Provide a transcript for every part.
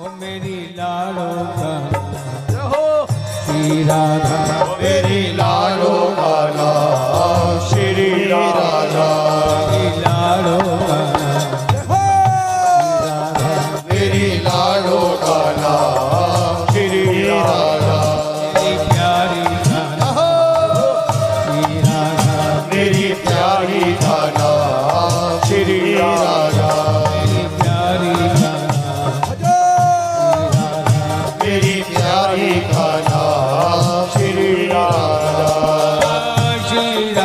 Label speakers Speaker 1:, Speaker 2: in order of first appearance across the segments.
Speaker 1: ओ मेरी लाड़ो का
Speaker 2: रहो
Speaker 1: श्री राधा
Speaker 3: मेरी लाडो का नाम श्री राधा
Speaker 1: मेरी लाड़ो का
Speaker 2: रहो
Speaker 3: मेरी लाडो का नाम श्री राधा
Speaker 1: मेरी प्यारी राधा श्री राधा
Speaker 3: मेरी प्यारी का नाम श्री राधा
Speaker 1: मेरी प्यारी राधा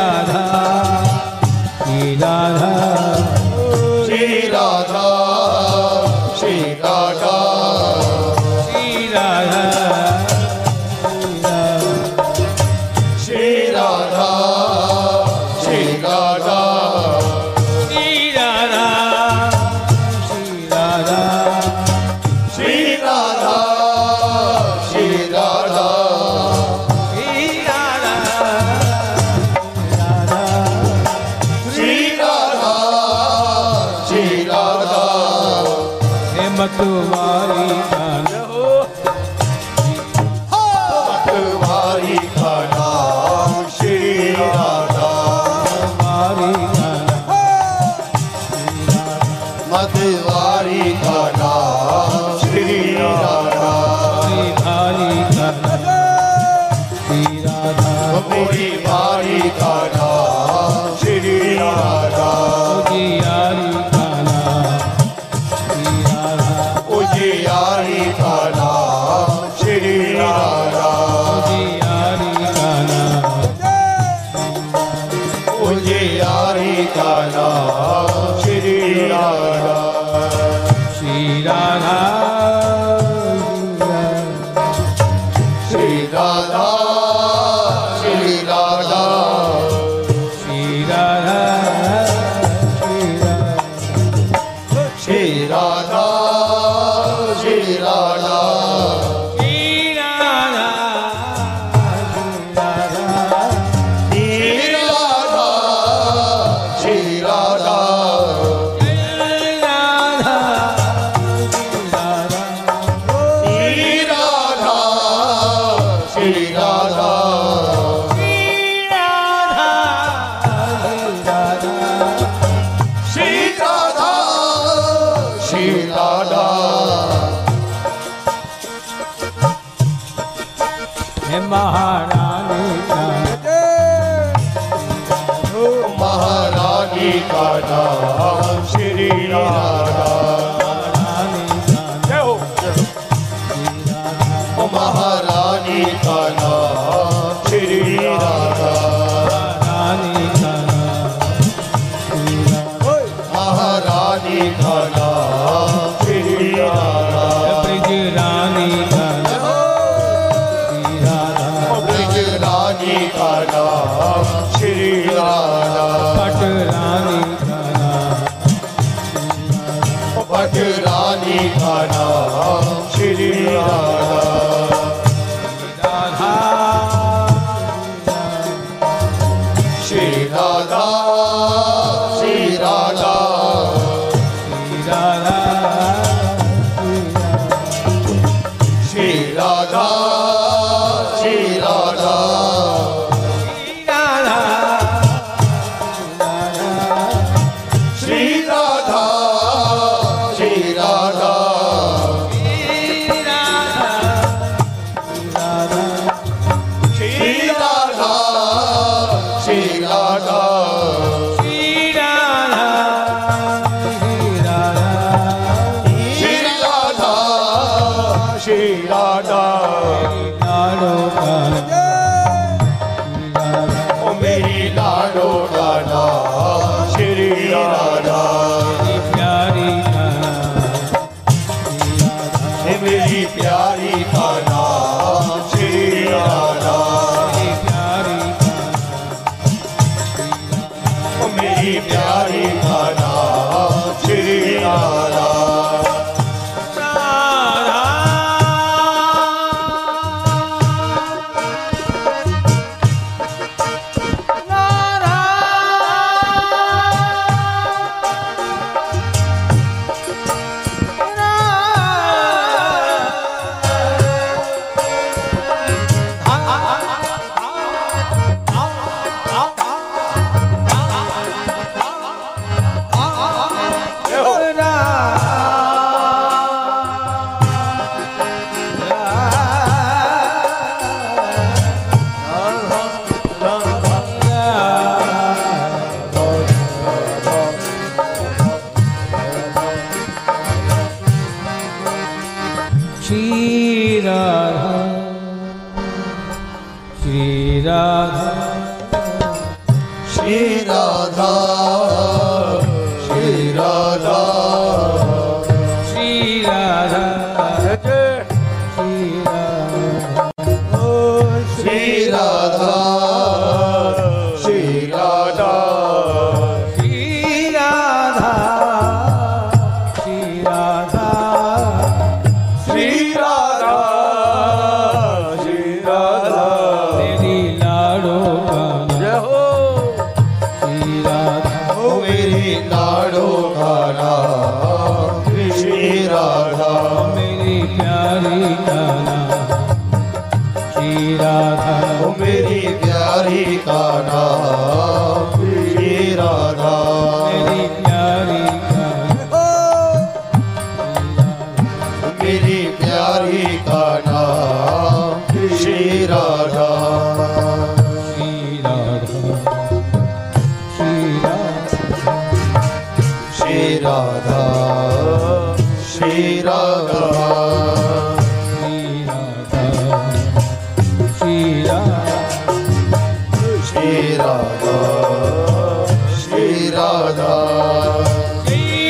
Speaker 2: भजो
Speaker 3: मेरी प्यारी का नाम श्री राधा
Speaker 1: श्री राधा श्री राधा
Speaker 3: श्री राधा श्री राधा
Speaker 1: श्री राधा श्री राधा
Speaker 3: श्री राधा श्री राधा
Speaker 1: श्री राधा श्री राधा
Speaker 3: श्री राधा श्री राधा
Speaker 1: श्री राधा राधा
Speaker 3: श्री राधा श्री राधा
Speaker 1: हे मतवारी धन
Speaker 2: रहो
Speaker 3: पटवारी का नाम श्री राधा
Speaker 1: वारी धन
Speaker 3: मतवारी का नाम श्री राधा
Speaker 1: श्री भारी धन श्री राधा
Speaker 3: पूरी बारी का नाम श्री राधा
Speaker 1: उजियारी धन श्री राधा
Speaker 3: उजियारी का नाम श्री राधा
Speaker 1: उजियारी धन
Speaker 3: उजियारी का नाम श्री राधा
Speaker 1: श्री राधा
Speaker 3: श्री राधा श्री राधा
Speaker 1: श्री राधा श्री राधा
Speaker 3: श्री राधा श्री राधा
Speaker 1: श्री राधा श्री राधा
Speaker 3: श्री राधा श्री राधा
Speaker 1: श्री राधा श्री राधा
Speaker 3: श्री राधा श्री
Speaker 1: श्री
Speaker 3: राधा
Speaker 1: राधा श्री राधा
Speaker 3: श्री राधा श्री राधा
Speaker 1: हे महारानी का
Speaker 3: महारानी का नाम श्री राधा
Speaker 1: रानी का
Speaker 2: जय हो
Speaker 3: ओ महारानी का नाम
Speaker 2: ओए,
Speaker 1: रानी का श्री राधा
Speaker 3: श्री राधा महारानी का नाम श्री राधा
Speaker 1: ब्रज रानी का श्री राधा
Speaker 3: ब्रज रानी का नाम श्री राधा
Speaker 1: पट रानी का
Speaker 3: भट रानी का नाम श्री राधा श्री राधा श्री राधा श्री राधा श्री राधा श्री राधा श्री राधा श्री राधा श्री राधा श्री राधा श्री राधा ओ मेरी लाडो राधा श्री राधा हे मेरी प्यारी का नाम श्री राधा मेरी प्यारी खाना श्री राधा
Speaker 1: Radha श्री राधा श्री राधा
Speaker 3: श्री राधा श्री राधा
Speaker 1: श्री राधा श्री राधा
Speaker 3: श्री राधा श्री राधा
Speaker 1: श्री राधा श्री राधा
Speaker 3: श्री राधा श्री राधा
Speaker 1: तेरी लाडो गाना श्री
Speaker 3: जय हो
Speaker 1: राधा
Speaker 3: ओ मेरी लाडो गाना श्री राधा
Speaker 1: मेरी प्यारी गाना श्री राधा
Speaker 3: ओ मेरी प्यारी गाना श्री राधा
Speaker 1: मेरी प्यारी गाना
Speaker 3: मेरी प्यारी गाना श्री राधा
Speaker 1: श्री राधा श्री राधा
Speaker 3: श्री राधा श्री राधा
Speaker 1: श्री राधा श्री राधा
Speaker 3: श्री राधा श्री राधा
Speaker 1: श्री राधा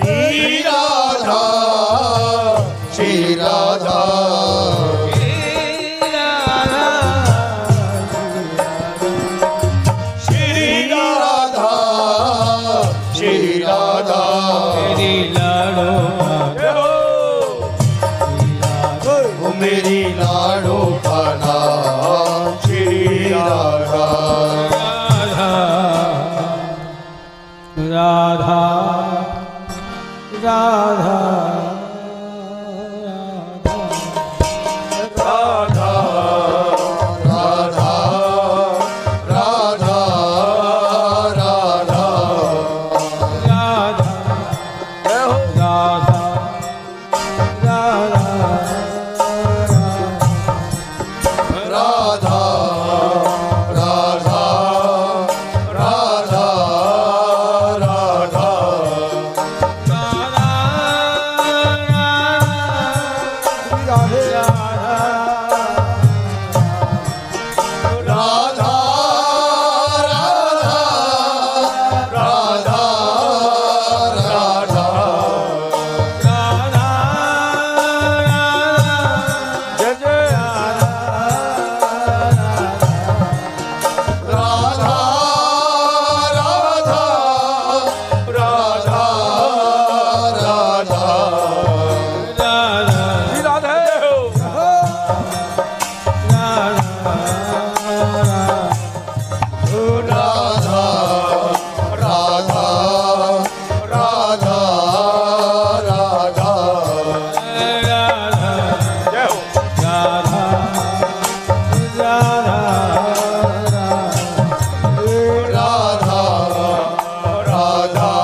Speaker 1: श्री राधा
Speaker 3: श्री राधा श्री राधा श्री राधा श्री राधा ओ मेरी लाडो खाना श्री राधा
Speaker 1: राधा राधा
Speaker 3: राधा राधा राधा राधा
Speaker 1: राधा राधा राधा
Speaker 3: राधा राधा राधा राधा राधा राधा राधा राधा जय जय राधा राधा राधा राधा राधा राधा राधा राधा जय हो राधा राधा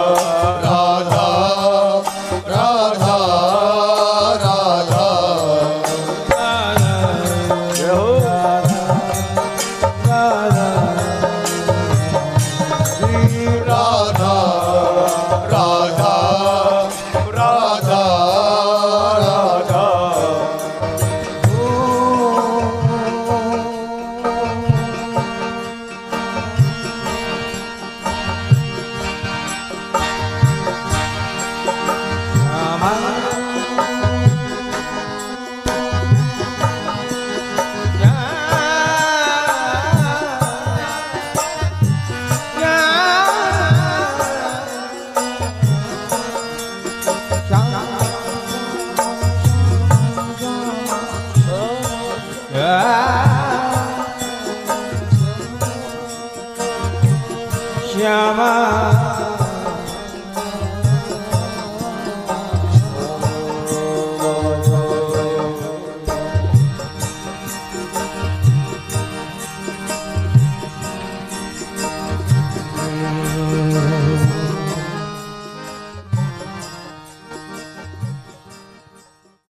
Speaker 3: राधा राधा राधा जय हो श्री राधा राधा राधा राधा
Speaker 1: Shama